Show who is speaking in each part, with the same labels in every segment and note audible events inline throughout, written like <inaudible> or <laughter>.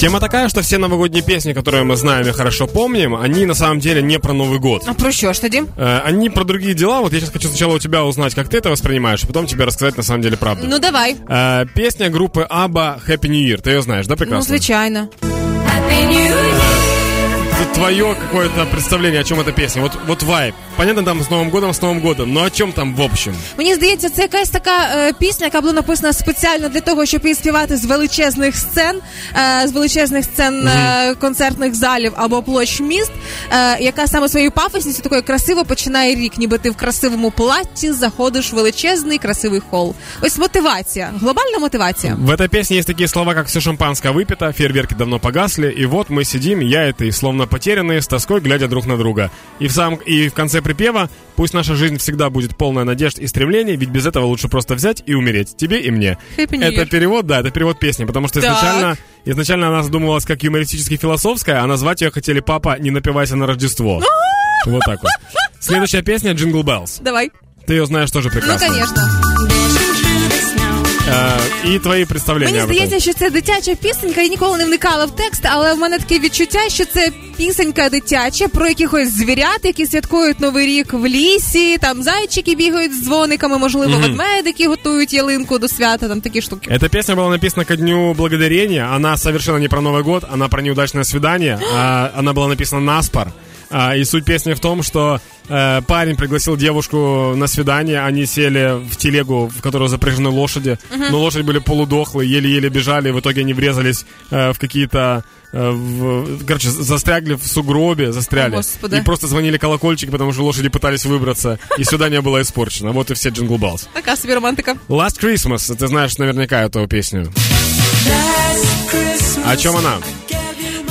Speaker 1: Тема такая, что все новогодние песни, которые мы знаем и хорошо помним, они на самом деле не про Новый год.
Speaker 2: А про що ж тоді?
Speaker 1: Э, Они про другие дела. Вот я сейчас хочу сначала у тебя узнать, как ты это воспринимаешь, а потом тебе рассказать на самом деле правду.
Speaker 2: Ну давай.
Speaker 1: Э, Песня группы Аба Happy New Year. Ты ее знаешь, да,
Speaker 2: Ну,
Speaker 1: прекрасно?
Speaker 2: звичайно.
Speaker 3: Happy New Year.
Speaker 1: Тут твое какое-то представление, о чем эта песня. Вот, вот вайб. Понятно, там с Новым годом, с Новым годом. Но о чем там в общем?
Speaker 2: Мені здається, це якась така е, пісня, яка була написана спеціально для того, щоб її співати з величезних сцен, е, з величезних сцен е, концертних залів або площ міст, е, яка саме своєю пафосністю такою красиво починає рік, ніби ти в красивому платті заходиш в величезний красивий хол. Ось мотивація, глобальна мотивація.
Speaker 1: В этой песне есть такие слова, как «все шампанское выпито», «фейерверки давно погасли», и вот мы сидим, я и ты, словно потерянные, с тоской глядя друг на друга. И в, самом, и в конце припева «Пусть наша жизнь всегда будет полная надежд и стремлений, ведь без этого лучше просто взять и умереть, тебе и мне».
Speaker 2: Happy New
Speaker 1: Это
Speaker 2: Year.
Speaker 1: перевод, да, это перевод песни, потому что
Speaker 2: Так.
Speaker 1: изначально, изначально она задумывалась как юмористически-философская, а назвать ее хотели «Папа, не напивайся на Рождество».
Speaker 2: Ну,
Speaker 1: Вот так
Speaker 2: <laughs>
Speaker 1: вот. Следующая песня «Джингл Беллс».
Speaker 2: Давай.
Speaker 1: Ты ее знаешь тоже
Speaker 2: Ну,
Speaker 1: прекрасно.
Speaker 2: звісно.
Speaker 3: Dashing through the snow.
Speaker 1: Э, И твои представления
Speaker 2: Мені
Speaker 1: об этом.
Speaker 2: здається, що це дитяча пісенька. Я ніколи не вникала в текст, але в мене таке відчуття, що це пісенька дитяча про якихось звірят, які святкують новий рік в лісі. Там зайчики бігають з дзвониками, можливо, ведмедики готують ялинку до свята. Там такі штуки.
Speaker 1: Эта песня была написана ко Дню Благодарения. Она совершенно не про Новый год, она про неудачное свидание. А, Она была написана на спор. А, И суть песни в том, что э, парень пригласил девушку на свидание, они сели в телегу, в которую запряжены лошади, но лошади были полудохлые, еле-еле бежали, и в итоге они врезались э, в какие-то... э, в- короче, застрягли в сугробе, застряли.
Speaker 2: О, Господи.
Speaker 1: И просто звонили колокольчики, потому что лошади пытались выбраться, и свидание было испорчено. Вот и все джингл балс.
Speaker 2: Така собі романтика.
Speaker 1: Last Christmas, ты знаешь наверняка эту песню. О чем она?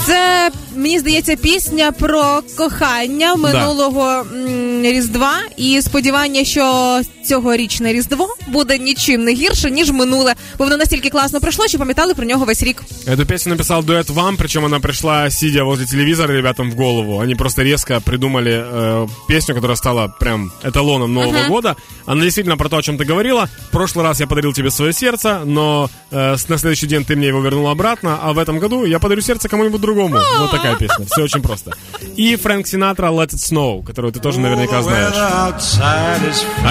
Speaker 2: Це мені здається пісня про кохання минулого м, різдва і сподівання, що цьогорічне різдво буде нічим не гірше ніж минуле, бо воно настільки класно пройшло, що пам'ятали про нього весь рік.
Speaker 1: Эту песню написал дуэт Вам, причем она пришла, сидя возле телевизора ребятам в голову. Они просто резко придумали э, песню, которая стала прям эталоном Нового года. Она действительно про то, о чем ты говорила. В прошлый раз я подарил тебе свое сердце, но э, с- на следующий день ты мне его вернул обратно, а в этом году я подарю сердце кому-нибудь другому. Вот такая песня. Все очень просто. И Фрэнк Синатра Let It Snow, которую ты тоже наверняка знаешь.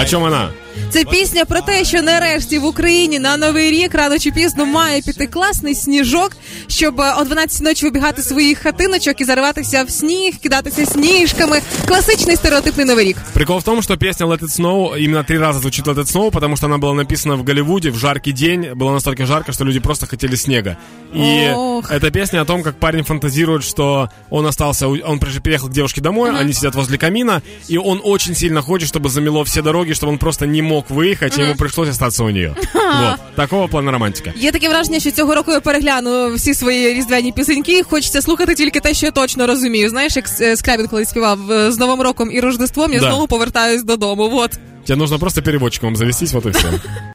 Speaker 1: О чем она?
Speaker 2: Це пісня про те, що нарешті в Україні на новий рік рано чи пізно має піти класний сніжок, щоб е, о 12 ночі вибігати з своїх хатиночок і зариватися в сніг, кидатися сніжками. Класичний стереотипний новий рік.
Speaker 1: Прикол в том, что песня Let It Snow именно три раза звучит Let It Snow, потому что она была написана в Голливуде в жаркий день. Было настолько жарко, что люди просто хотели снега. И
Speaker 2: Ох.
Speaker 1: эта песня о том, как парень фантазирует, что он остался, у- он при- приехал к девушке домой, они сидят возле камина, и он очень сильно хочет, чтобы замело все дороги, чтобы он просто не мог выехать, и ему пришлось остаться у нее. Вот. Такого плана романтика.
Speaker 2: Є таке враження, що цього року я перегляну всі свої різдвяні пісеньки. Хочеться слухати тільки те, що я точно розумію. Знаєш, як е, Скрябін коли співав е, з Новим роком і Рождеством, я
Speaker 1: Да.
Speaker 2: знову повертаюсь додому. Вот.
Speaker 1: Тебе нужно просто переводчиком завестись, вот и все.